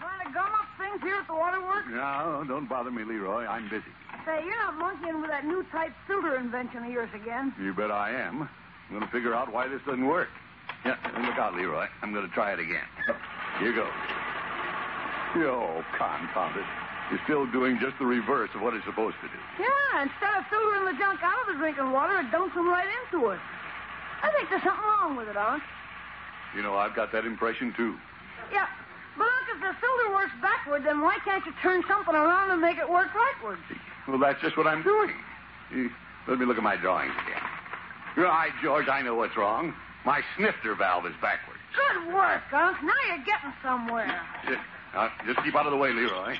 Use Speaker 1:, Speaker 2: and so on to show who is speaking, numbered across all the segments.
Speaker 1: trying to gum up things here at the waterworks?
Speaker 2: No, don't bother me, Leroy. I'm busy.
Speaker 1: Say, you're not monkeying with that new type filter invention of yours again.
Speaker 2: You bet I am. I'm going to figure out why this doesn't work. Yeah, look out, Leroy. I'm going to try it again. Here goes. Oh, confound it. You're still doing just the reverse of what it's supposed to do.
Speaker 1: Yeah, instead of filtering the junk out of the drinking water, it dumps them right into it. I think there's something wrong with it, Unc.
Speaker 2: You know, I've got that impression, too.
Speaker 1: Yeah. But Unc, if the filter works backward, then why can't you turn something around and make it work rightward?
Speaker 2: Well, that's just what I'm doing. Eh, Let me look at my drawings again. Right, George, I know what's wrong. My snifter valve is backwards.
Speaker 1: Good work, Unc. Now you're getting somewhere.
Speaker 2: Eh, Now, just keep out of the way, Leroy.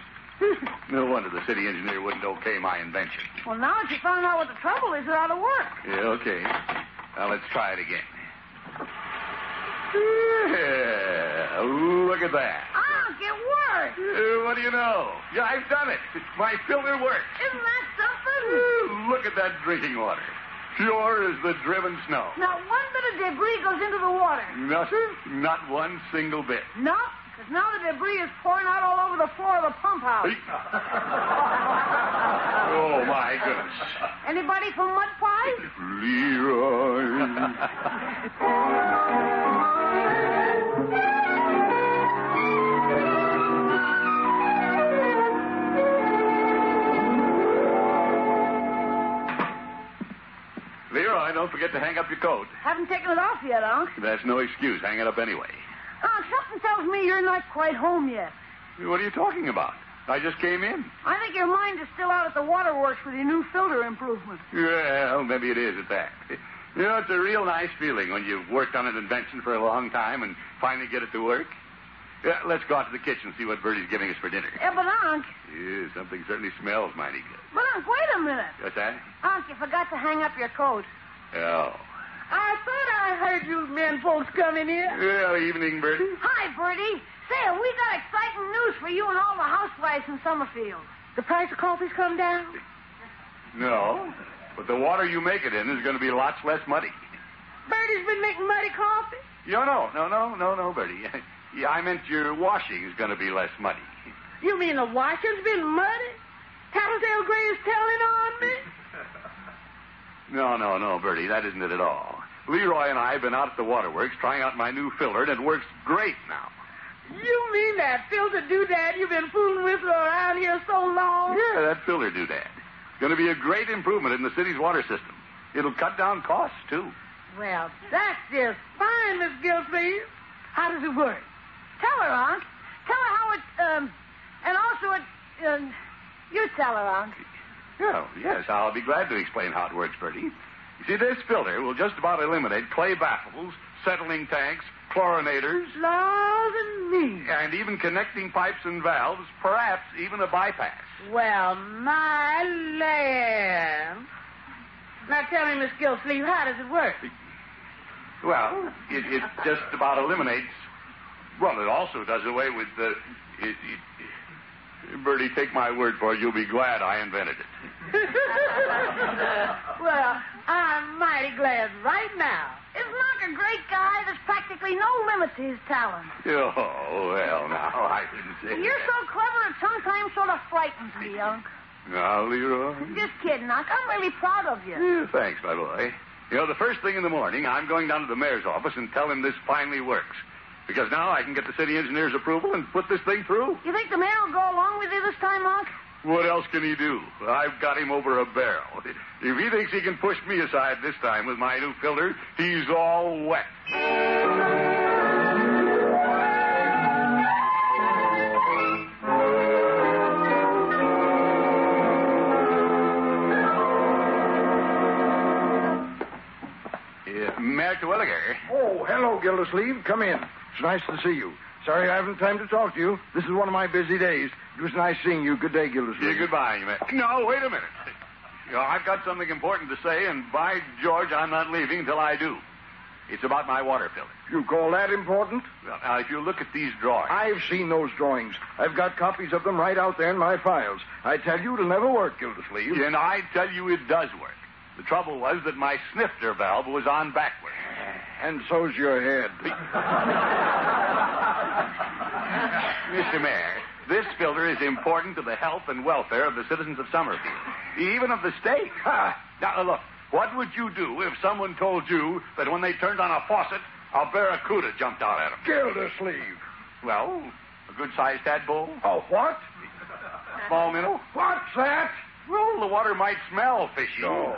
Speaker 2: No wonder the city engineer wouldn't okay my invention.
Speaker 1: Well, now that you found out what the trouble is, you're out of work.
Speaker 2: Yeah, okay. Now let's try it again. Yeah, look at that.
Speaker 1: Unc, it worked.
Speaker 2: Eh, What do you know? Yeah, I've done it. My filter works.
Speaker 1: Isn't that something?
Speaker 2: Ooh, Look at that drinking water. Pure as the driven snow.
Speaker 1: Not one bit of debris goes into the water.
Speaker 2: Nothing. Not one single bit.
Speaker 1: No, because now the debris is pouring out all over the floor of the pump house.
Speaker 2: Oh, my goodness.
Speaker 1: Anybody from Mud Pie?
Speaker 2: Leroy. Leroy, don't forget to hang up your coat.
Speaker 1: Haven't taken it off yet, Unc.
Speaker 2: That's no excuse. Hang it up anyway.
Speaker 1: Unc, something tells me you're not quite home yet.
Speaker 2: What are you talking about? I just came in.
Speaker 1: I think your mind is still out at the waterworks with your new filter improvement.
Speaker 2: Well, maybe it is at that. You know, it's a real nice feeling when you've worked on an invention for a long time and finally get it to work. Yeah, let's go out to the kitchen and see what Bertie's giving us for dinner.
Speaker 1: Yeah, Eh, but Unc,
Speaker 2: Yeah, something certainly smells mighty good.
Speaker 1: but Unc, wait a minute.
Speaker 2: What's that?
Speaker 1: Unc, you forgot to hang up your coat.
Speaker 2: Oh.
Speaker 1: I thought I heard you men folks coming here.
Speaker 2: Well, evening, Bertie.
Speaker 1: Hi, Bertie. Say, we got exciting news for you and all the housewives in Summerfield. The price of coffee's come down?
Speaker 2: No. But the water you make it in is going to be lots less muddy.
Speaker 1: Bertie's been making muddy coffee?
Speaker 2: No, no, no, no, no, no, Bertie. Yeah, I meant your washing is going to be less muddy.
Speaker 1: You mean the washing's been muddy? Tattletale Gray is telling on me?
Speaker 2: No, no, no, Bertie, that isn't it at all. Leroy and I have been out at the waterworks trying out my new filler, and it works great now.
Speaker 1: You mean that filter doodad you've been fooling with around here so long?
Speaker 2: Yeah, that filter do that. Going to be a great improvement in the city's water system. It'll cut down costs too.
Speaker 1: Well, that's just fine, Miss Gilsleeve. How does it work? Tell her, Unc. Tell her how it, um, and also it, um, you tell her, Unc.
Speaker 2: Yeah, yes, I'll be glad to explain how it works, Bertie. You see, this filter will just about eliminate clay baffles, settling tanks, chlorinators,
Speaker 1: Laws and me.
Speaker 2: and even connecting pipes and valves, perhaps even a bypass.
Speaker 1: Well, my lamb. Now tell me, Miss Gilsleeve, how does it work?
Speaker 2: Well, it, it just about eliminates. Well, it also does away with the. It, it, Bertie, take my word for it. You'll be glad I invented it.
Speaker 1: well, I'm mighty glad right now. Isn't Mark a great guy? There's practically no limit to his talent.
Speaker 2: Oh, well, now, I wouldn't say.
Speaker 1: You're so clever, it sometimes sort of frightens me, Unc.
Speaker 2: so. Now, Leroy.
Speaker 1: Just kidding, Unc. I'm really proud of you.
Speaker 2: Yeah, thanks, my boy. You know, the first thing in the morning, I'm going down to the mayor's office and tell him this finally works. Because now I can get the city engineer's approval and put this thing through.
Speaker 1: You think the mayor will go along with you this time, Unc?
Speaker 2: What else can he do? I've got him over a barrel. If he thinks he can push me aside this time with my new filter, he's all wet. Yeah, Mayor Terwilliger.
Speaker 3: Oh, hello, Gildersleeve. Come in. It's nice to see you. Sorry I haven't time to talk to you. This is one of my busy days. It was nice seeing you. Good day,
Speaker 2: Yeah,
Speaker 3: Gildersleeve.
Speaker 2: goodbye, you man. No, wait a minute. You know, I've got something important to say, and by George, I'm not leaving until I do. It's about my water filter.
Speaker 3: You call that important?
Speaker 2: Well, Now, if you look at these drawings.
Speaker 3: I've seen those drawings. I've got copies of them right out there in my files. I tell you, it'll never work, Gildersleeve.
Speaker 2: And I tell you, it does work. The trouble was that my snifter valve was on backward.
Speaker 3: And so's your head.
Speaker 2: Mr. Mayor, this filter is important to the health and welfare of the citizens of Summerfield, even of the state. Ha! Now, look, what would you do if someone told you that when they turned on a faucet, a barracuda jumped out at them?
Speaker 3: Gildersleeve.
Speaker 2: Well, a good sized tadpole,
Speaker 3: A what? Oh,
Speaker 2: small minnow.
Speaker 3: What's that?
Speaker 2: Well, the water might smell fishy.
Speaker 3: No.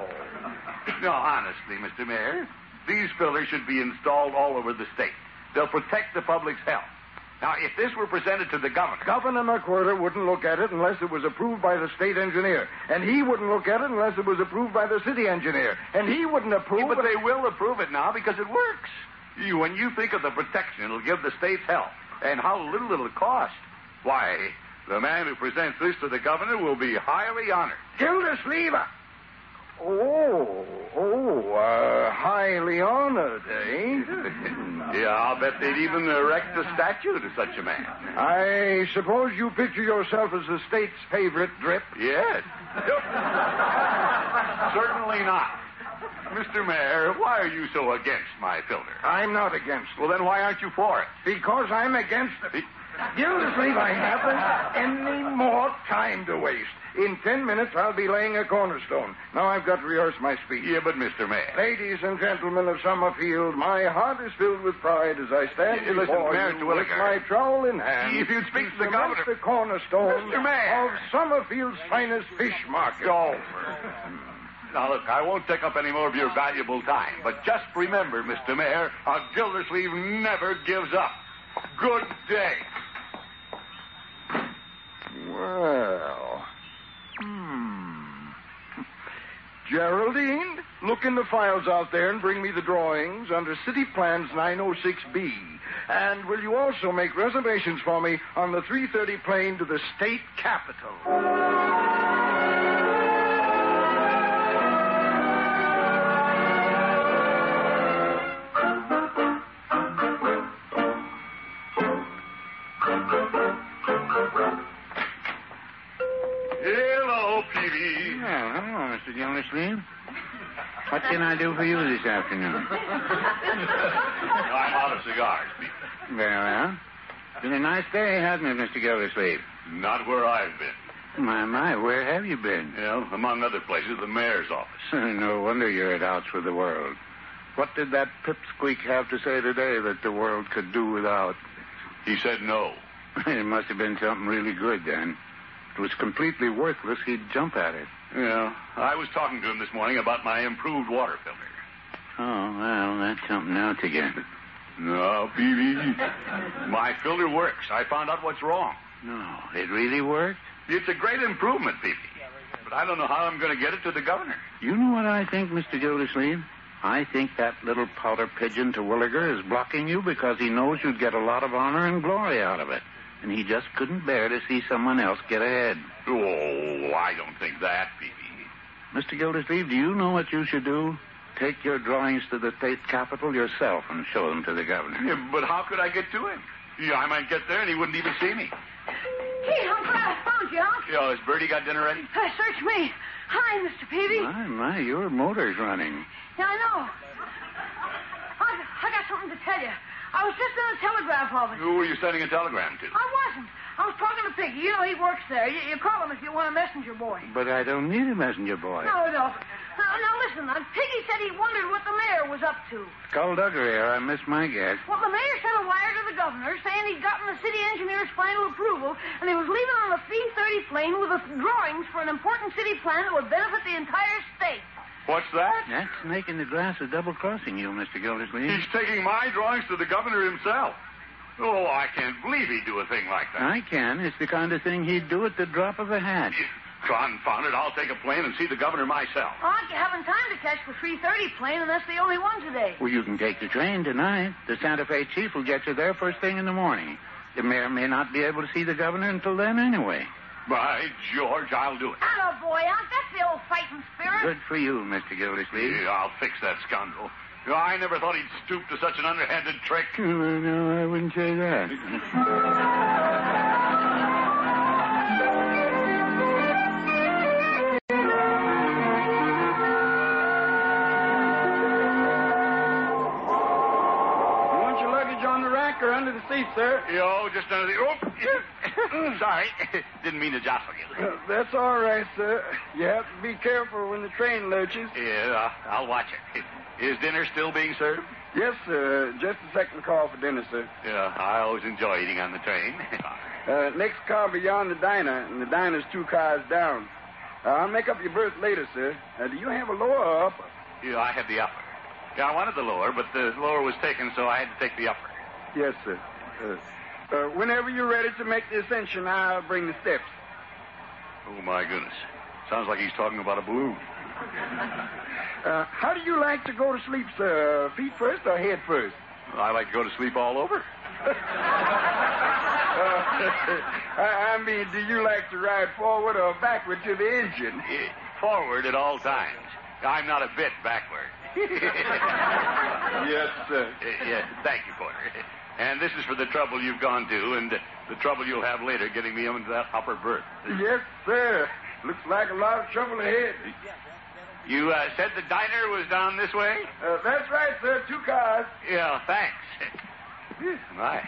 Speaker 2: No, honestly, Mr. Mayor, these filters should be installed all over the state. They'll protect the public's health. Now, if this were presented to the governor,
Speaker 3: Governor McWhirter wouldn't look at it unless it was approved by the state engineer. And he wouldn't look at it unless it was approved by the city engineer. And he wouldn't approve
Speaker 2: Yeah, but
Speaker 3: it-
Speaker 2: they will approve it now because it works. You, when you think of the protection it'll give the state's health and how little it'll cost, why, the man who presents this to the governor will be highly honored.
Speaker 3: Gildersleeve. Oh, oh, uh, highly honored, eh?
Speaker 2: Yeah, I'll bet they'd even erect a statue to such a man.
Speaker 3: I suppose you picture yourself as the state's favorite drip.
Speaker 2: Yes. Certainly not. Mr. Mayor, why are you so against my filter?
Speaker 3: I'm not against it.
Speaker 2: Well, then why aren't you for it?
Speaker 3: Because I'm against it. Gildersleeve, I haven't any more time to waste. In ten minutes, I'll be laying a cornerstone. Now I've got to rehearse my speech.
Speaker 2: Yeah, but Mr. Mayor.
Speaker 3: Ladies and gentlemen of Summerfield, my heart is filled with pride as I stand
Speaker 2: Yeah, listen,
Speaker 3: before
Speaker 2: Mayor
Speaker 3: you
Speaker 2: Twilliger.
Speaker 3: with my trowel in hand.
Speaker 2: If you'd speak to the
Speaker 3: cement
Speaker 2: governor-
Speaker 3: the cornerstone
Speaker 2: Mr. Mayor.
Speaker 3: of Summerfield's finest fish market.
Speaker 2: Now, look, I won't take up any more of your valuable time, but just remember, Mr. Mayor, a Gildersleeve never gives up. Good day.
Speaker 3: Well, hmm. Geraldine, look in the files out there and bring me the drawings under City Plans 906B. And will you also make reservations for me on the 3:30 plane to the state capitol?
Speaker 2: Hello, Peavy.
Speaker 4: Well, hello, Mr. Gildersleeve. What can I do for you this afternoon?
Speaker 2: I'm out of cigars, Peavy.
Speaker 4: Very well. It's been a nice day, hasn't it, Mr. Gildersleeve?
Speaker 2: Not where I've been.
Speaker 4: My, my, where have you been?
Speaker 2: Well, among other places, the mayor's office.
Speaker 4: no wonder you're at outs with the world. What did that pipsqueak have to say today that the world could do without?
Speaker 2: He said no.
Speaker 4: It must have been something really good then. If it was completely worthless, he'd jump at it.
Speaker 2: Yeah. I was talking to him this morning about my improved water filter.
Speaker 4: Oh, well, that's something else again.
Speaker 2: No, Peavy. my filter works. I found out what's wrong.
Speaker 4: No, it really worked?
Speaker 2: It's a great improvement, Peavy. But I don't know how I'm going to get it to the governor.
Speaker 4: You know what I think, Mr. Gildersleeve? I think that little powder pigeon to Williger is blocking you because he knows you'd get a lot of honor and glory out of it. And he just couldn't bear to see someone else get ahead.
Speaker 2: Oh, I don't think that, Peavy.
Speaker 4: Mr. Gildersleeve, do you know what you should do? Take your drawings to the state capitol yourself and show them to the governor.
Speaker 2: Yeah, But how could I get to him? Yeah, I might get there and he wouldn't even see me.
Speaker 5: Hey, I'm glad I found you, Unc.
Speaker 2: Yeah, has Bertie got dinner ready?
Speaker 5: Uh, search me. Hi, Mr. Peavy.
Speaker 4: My, my, your motor's running.
Speaker 5: Yeah, I know. I, I got something to tell you. I was just in the telegraph office.
Speaker 2: Who were you sending a telegram to?
Speaker 5: I wasn't. I was talking to Piggy. You know he works there. You, you call him if you want a messenger boy.
Speaker 4: But I don't need a messenger boy.
Speaker 5: No, no. Now, now listen, uh, Piggy said he wondered what the mayor was up to.
Speaker 4: Skullduggery, or I miss my guess.
Speaker 5: Well, the mayor sent a wire to the governor saying he'd gotten the city engineer's final approval, and he was leaving on the C-30 plane with the drawings for an important city plan that would benefit the entire state.
Speaker 2: What's that?
Speaker 4: That snake in the grass is double crossing you, Mr. Gildersleeve.
Speaker 2: He's taking my drawings to the governor himself. Oh, I can't believe he'd do a thing like that.
Speaker 4: I can. It's the kind of thing he'd do at the drop of a hat.
Speaker 2: Confound it, I'll take a plane and see the governor myself.
Speaker 5: Well, you haven't time to catch the 3.30 plane, and that's the only one today.
Speaker 4: Well, you can take the train tonight. The Santa Fe chief will get you there first thing in the morning. The mayor may not be able to see the governor until then anyway.
Speaker 2: By George, I'll do it.
Speaker 5: Atta boy, Unc. That's the old fighting spirit.
Speaker 4: Good for you, Mr. Gildersleeve.
Speaker 2: Yeah, I'll fix that scoundrel. Yeah, I never thought he'd stoop to such an underhanded trick.
Speaker 4: No, no, I wouldn't say that.
Speaker 3: You want your luggage on the rack or under the seat? late, sir.
Speaker 2: Yo, just another. Oh, sorry. Didn't mean to jostle you.
Speaker 3: That's all right, sir. You have to be careful when the train lurches.
Speaker 2: Yeah, I'll watch it. Is dinner still being served?
Speaker 3: Yes, sir. Just a second call for dinner, sir.
Speaker 2: Yeah, I always enjoy eating on the train.
Speaker 3: Uh, next car beyond the diner, and the diner's two cars down. Uh, I'll make up your berth later, sir. Uh, do you have a lower or upper?
Speaker 2: yeah, I had the upper. Yeah, I wanted the lower, but the lower was taken, so I had to take the upper.
Speaker 3: Yes, sir. Uh, uh, whenever you're ready to make the ascension, I'll bring the steps.
Speaker 2: Oh, my goodness. Sounds like he's talking about a balloon.
Speaker 3: Uh, how do you like to go to sleep, sir? Feet first or head first?
Speaker 2: I like to go to sleep all over.
Speaker 3: Uh, I, I mean, do you like to ride forward or backward to the engine?
Speaker 2: Eh, Forward at all times. I'm not a bit backward.
Speaker 3: Yes, sir.
Speaker 2: Eh, yeah, thank you, Porter. And this is for the trouble you've gone to and the trouble you'll have later getting me into that upper berth.
Speaker 3: Yes, sir. Looks like a lot of trouble ahead.
Speaker 2: You uh, said the diner was down this way?
Speaker 3: Uh, that's right, sir. Two cars.
Speaker 2: Yeah, thanks. My,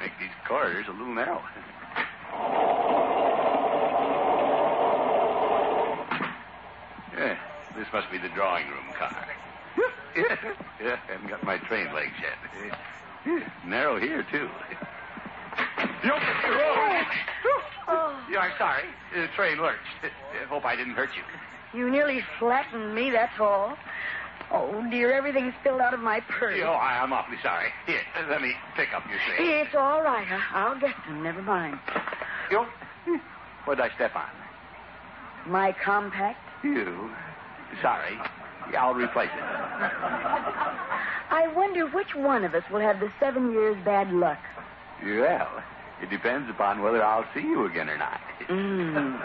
Speaker 2: make these corridors a little narrow. Yeah, this must be the drawing room car. Yeah, haven't got my train legs yet. Yeah, narrow here, too. You opened the road.
Speaker 5: Oh,
Speaker 2: Yeah, I'm sorry. The train lurched. I hope I didn't hurt you.
Speaker 5: you nearly flattened me, that's all. Oh, dear, everything's spilled out of my purse.
Speaker 2: Oh, I, I'm awfully sorry. Here, let me pick up your things.
Speaker 5: It's all right. I- I'll get them. Never mind.
Speaker 2: You? What did I step on?
Speaker 5: My compact.
Speaker 2: You. Sorry. Yeah, I'll replace it.
Speaker 5: I wonder which one of us will have the seven years bad luck.
Speaker 2: Well, it depends upon whether I'll see you again or not.
Speaker 5: Mm.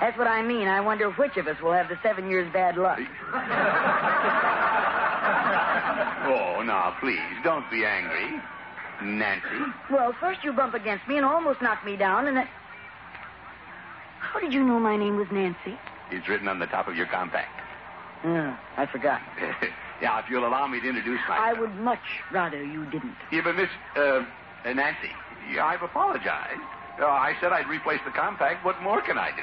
Speaker 5: That's what I mean. I wonder which of us will have the seven years bad luck.
Speaker 2: Oh, now, please, don't be angry. Nancy?
Speaker 5: Well, first you bump against me and almost knock me down, and then. How did you know my name was Nancy?
Speaker 2: It's written on the top of your compact.
Speaker 5: Oh, I forgot.
Speaker 2: now, if you'll allow me to introduce
Speaker 5: I
Speaker 2: myself.
Speaker 5: would much rather you didn't.
Speaker 2: Yeah, but Miss uh, uh, Nancy, yeah, I've apologized. Uh, I said I'd replace the compact. What more can I do?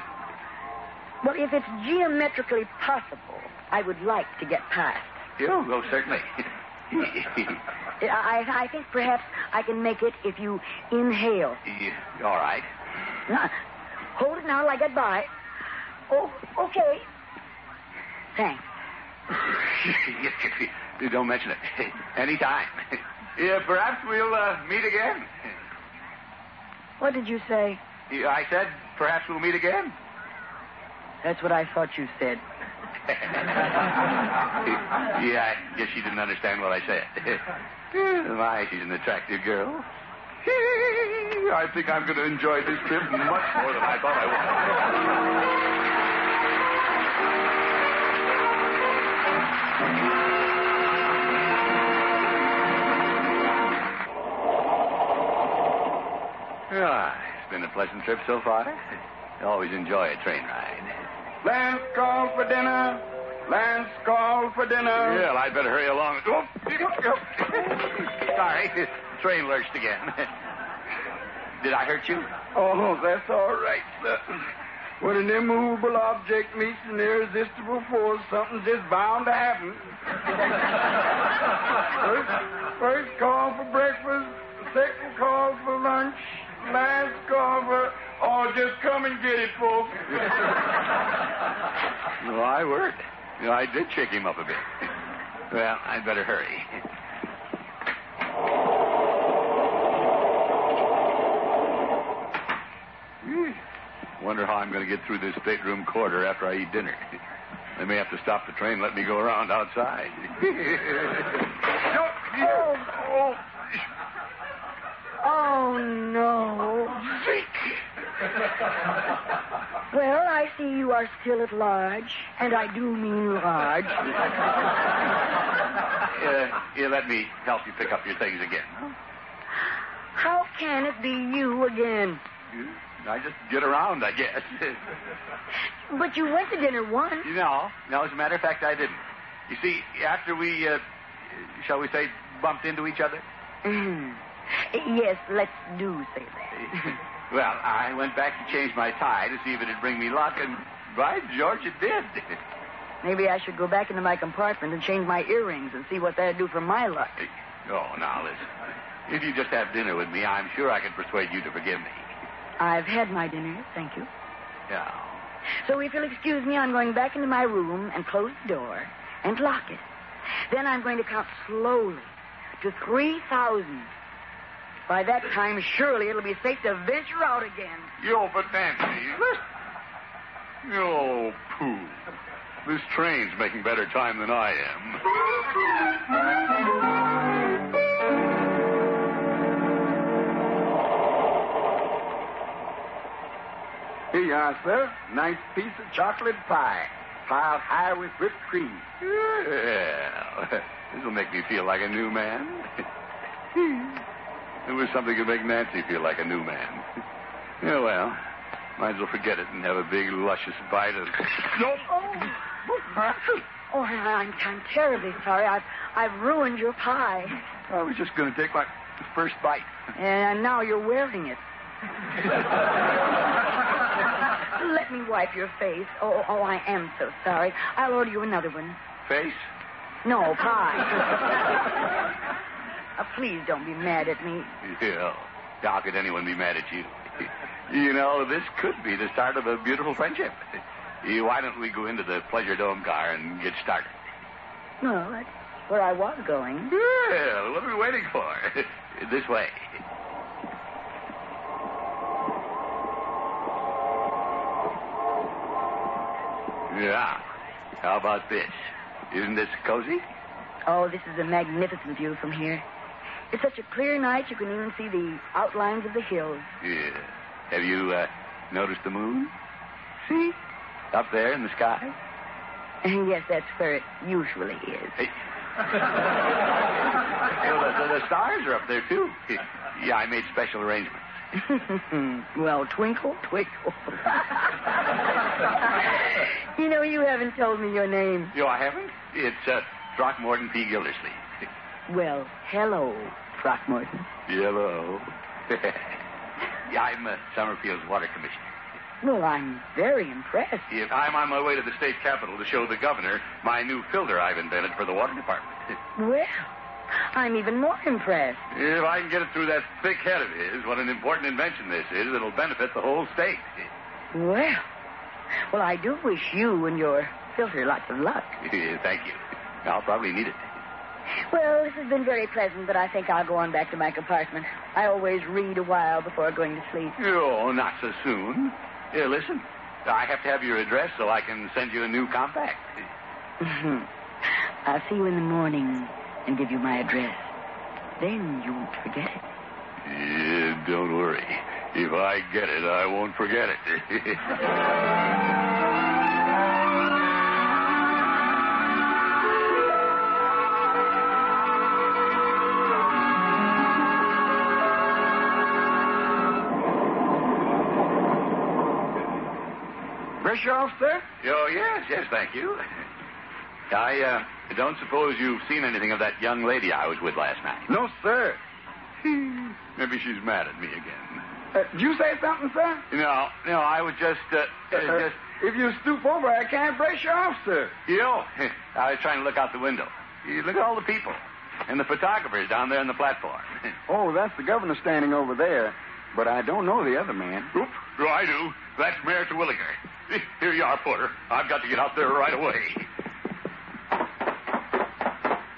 Speaker 5: Well, if it's geometrically possible, I would like to get past.
Speaker 2: Yeah, well, certainly.
Speaker 5: I, I, I think perhaps I can make it if you inhale.
Speaker 2: Yeah, All right.
Speaker 5: Now, hold it now till I get by. Oh, okay. Thanks.
Speaker 2: Don't mention it. Anytime. Yeah, perhaps we'll uh, meet again.
Speaker 5: What did you say?
Speaker 2: Yeah, I said, perhaps we'll meet again.
Speaker 5: That's what I thought you said.
Speaker 2: yeah, I guess she didn't understand what I said. My, she's an attractive girl. I think I'm going to enjoy this trip much more than I thought I would. Ah, it's been a pleasant trip so far. I always enjoy a train ride.
Speaker 3: Lance called for dinner. Lance called for dinner.
Speaker 2: Well, I'd better hurry along. Oh, Sorry, train lurched again. Did I hurt you?
Speaker 3: Oh, that's all right, sir. When an immovable object meets an irresistible force, something's just bound to happen. first, first call for breakfast, second call for lunch, last call for. Oh, just come and get it, folks.
Speaker 2: No, I worked. No, I did shake him up a bit. Well, I'd better hurry. Hmm. Wonder how I'm going to get through this stateroom corridor after I eat dinner. They may have to stop the train and let me go around outside. oh,
Speaker 5: Oh, no. Well, I see you are still at large, and I do mean large.
Speaker 2: Uh, you let me help you pick up your things again.
Speaker 5: How can it be you again?
Speaker 2: I just get around, I guess.
Speaker 5: But you went to dinner once.
Speaker 2: you know, no, as a matter of fact, I didn't. You see, after we, uh, shall we say, bumped into each other,
Speaker 5: Mm.
Speaker 1: Yes, let's do say that.
Speaker 2: Well, I went back to change my tie to see if it'd bring me luck, and by George, it did.
Speaker 1: Maybe I should go back into my compartment and change my earrings and see what that'd do for my luck.
Speaker 2: Oh, now listen. If you just have dinner with me, I'm sure I can persuade you to forgive me.
Speaker 1: I've had my dinner, thank you.
Speaker 2: Yeah.
Speaker 1: So if you'll excuse me, I'm going back into my room and close the door and lock it. Then I'm going to count slowly to 3,000. By that time, surely it'll be safe to venture out again.
Speaker 2: Yo, but Nancy. Yo, pooh. This train's making better time than I am.
Speaker 3: Here you are, sir. Nice piece of chocolate pie. Piled high with whipped cream.
Speaker 2: Yeah. This'll make me feel like a new man. it was something to make Nancy feel like a new man. Yeah, well, might as well forget it and have a big, luscious bite of. Nope.
Speaker 1: Oh, I- I'm, I'm terribly sorry. I've, I've ruined your pie.
Speaker 2: I was just going to take my first bite.
Speaker 1: And now you're wearing it. Let me wipe your face. Oh, oh, I am so sorry. I'll order you another one.
Speaker 2: Face?
Speaker 1: No, pie. Uh, please don't be mad at me.
Speaker 2: Yeah. How could anyone be mad at you? You know, this could be the start of a beautiful friendship. Eh, Why don't we go into the Pleasure Dome car and get started?
Speaker 1: No, that's where I was going.
Speaker 2: Well, what are we waiting for? This way. Yeah. How about this? Isn't this cozy?
Speaker 1: Oh, this is a magnificent view from here. It's such a clear night you can even see the outlines of the hills.
Speaker 2: Yeah. Have you uh, noticed the moon? See? Up there in the sky?
Speaker 1: And yes, that's where it usually is.
Speaker 2: Hey. Well, the, the- the stars are up there, too. Yeah, I made special arrangements.
Speaker 1: well, twinkle, twinkle. you know, you haven't told me your name.
Speaker 2: You know, I haven't? It's uh, Throckmorton P. Gildersleeve.
Speaker 1: Well, hello, Throckmorton.
Speaker 2: Hello. yeah, I'm uh, Summerfield's water commissioner.
Speaker 1: Well, I'm very impressed.
Speaker 2: Yeah, I'm on my way to the state capitol to show the governor my new filter I've invented for the water department.
Speaker 1: Well, I'm even more impressed.
Speaker 2: if I can get it through that thick head of his, what an important invention this is, it'll benefit the whole state.
Speaker 1: Well, well, I do wish you and your filter lots of luck.
Speaker 2: Yeah, Thank you. I'll probably need it.
Speaker 1: Well, this has been very pleasant, but I think I'll go on back to my compartment. I always read a while before going to sleep.
Speaker 2: Oh, not so soon. Here, listen. I have to have your address so I can send you a new compact.
Speaker 1: Mm-hmm. I'll see you in the morning and give you my address. Then you won't forget it.
Speaker 2: Yeah, don't worry. If I get it, I won't forget it.
Speaker 3: Brush off, sir?
Speaker 2: Oh, yes, yes, thank you. I uh, don't suppose you've seen anything of that young lady I was with last night.
Speaker 3: No, sir.
Speaker 2: Maybe she's mad at me again.
Speaker 3: Hmm. Uh, did you say something, sir?
Speaker 2: No, no, I was just, uh, uh,
Speaker 3: Uh,
Speaker 2: just,
Speaker 3: If you stoop over, I can't brush you off, sir.
Speaker 2: you know, I was trying to look out the window. You look at all the people. And the photographers down there on the platform.
Speaker 3: Oh, that's the governor standing over there. But I don't know the other man.
Speaker 2: Oop, oh, I do. That's Mayor Terwilliger. Here you are, Porter. I've got to get out there right away.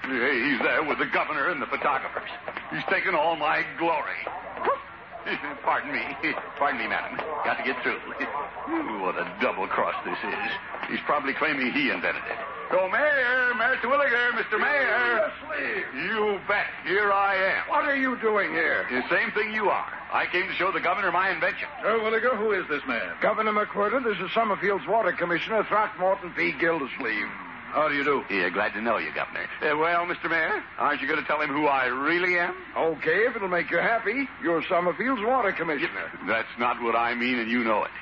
Speaker 2: Hey, he's there with the governor and the photographers. He's taken all my glory. Pardon me. Pardon me, madam. Got to get through. What a double cross this is. He's probably claiming he invented it. Oh, Mayor, Mayor Terwilliger, Mr. Mayor. You bet. Here I am.
Speaker 3: What are you doing here?
Speaker 2: The same thing you are. I came to show the governor my invention.
Speaker 6: Terwilliger, who is this man?
Speaker 3: Governor McWhirter, this is Summerfield's water commissioner, Throckmorton P. Gildersleeve. Uh,
Speaker 6: How do you do?
Speaker 2: Yeah, glad to know you, Governor. Uh, well, Mr. Mayor, aren't you going to tell him who I really am?
Speaker 3: Okay, if it'll make you happy, you're Summerfield's water commissioner.
Speaker 2: That's not what I mean, and you know it.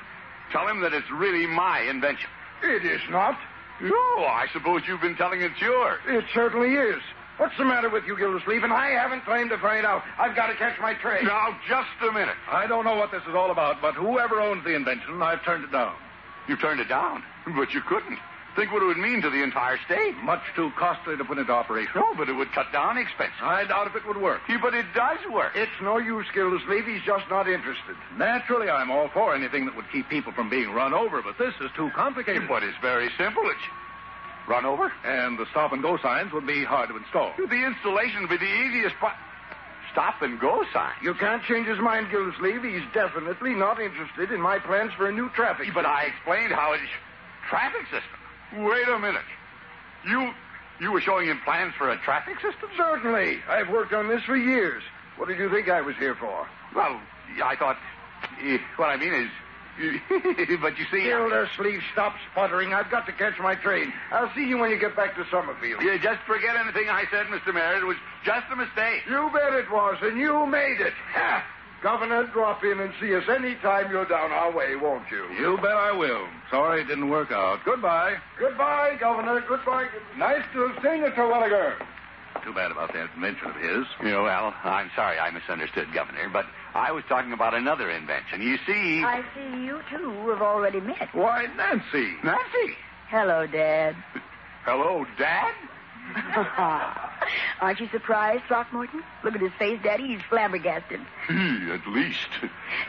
Speaker 2: Tell him that it's really my invention.
Speaker 3: It is not.
Speaker 2: Oh, I suppose you've been telling it's yours.
Speaker 3: It certainly is. What's the matter with you, Gildersleeve? And I haven't claimed to find out. I've got to catch my train.
Speaker 2: Now, just a minute.
Speaker 6: I don't know what this is all about, but whoever owns the invention, I've turned it down.
Speaker 2: You turned it down, but you couldn't. Think what it would mean to the entire state.
Speaker 6: Much too costly to put into operation.
Speaker 2: No, but it would cut down expenses.
Speaker 6: I doubt if it would work.
Speaker 2: Yeah, but it does work.
Speaker 3: It's no use, Gildersleeve. He's just not interested.
Speaker 6: Naturally, I'm all for anything that would keep people from being run over, but this is too complicated.
Speaker 2: But it's very simple. It's run over.
Speaker 6: And the stop and go signs would be hard to install.
Speaker 2: The installation would be the easiest part. Stop and go sign.
Speaker 3: You can't change his mind, Gildersleeve. He's definitely not interested in my plans for a new traffic.
Speaker 2: But I explained how it's traffic system. Wait a minute. You you were showing him plans for a traffic system?
Speaker 3: Certainly. I've worked on this for years. What did you think I was here for?
Speaker 2: Well, I thought eh, what I mean is but you see
Speaker 3: Gildersleeve, stop sputtering. I've got to catch my train. I'll see you when you get back to Summerfield.
Speaker 2: you just forget anything I said, Mr. Merritt. It was just a mistake.
Speaker 3: You bet it was, and you made it. Ha! Governor, drop in and see us any time you're down our way, won't you?
Speaker 6: You bet I will. Sorry it didn't work out. Goodbye.
Speaker 3: Goodbye, Governor. Goodbye. Nice to have seen you, Terwilliger.
Speaker 6: Too bad about that invention of his.
Speaker 2: You know, well, I'm sorry I misunderstood, Governor, but I was talking about another invention. You see
Speaker 1: I see you two have already met.
Speaker 6: Why, Nancy.
Speaker 2: Nancy.
Speaker 1: Hello, Dad.
Speaker 2: Hello, Dad?
Speaker 1: Aren't you surprised, Throckmorton? Look at his face, Daddy. He's flabbergasted.
Speaker 2: He, at least.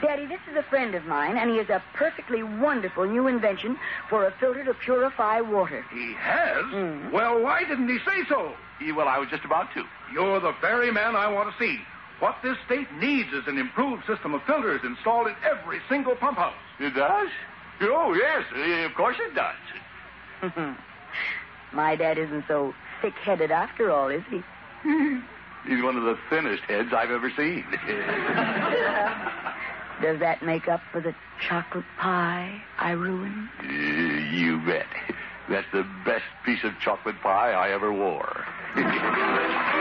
Speaker 1: Daddy, this is a friend of mine, and he has a perfectly wonderful new invention for a filter to purify water.
Speaker 6: He has?
Speaker 2: Hmm.
Speaker 6: Well, why didn't he say so?
Speaker 2: He- Well, I was just about to.
Speaker 6: You're the very man I want to see. What this state needs is an improved system of filters installed in every single pump house.
Speaker 2: It does? Oh, yes, eh, of course it does.
Speaker 1: My dad isn't so thick headed after all, is he?
Speaker 2: He's one of the thinnest heads I've ever seen.
Speaker 1: Does that make up for the chocolate pie I ruined?
Speaker 2: Uh, you bet. That's the best piece of chocolate pie I ever wore.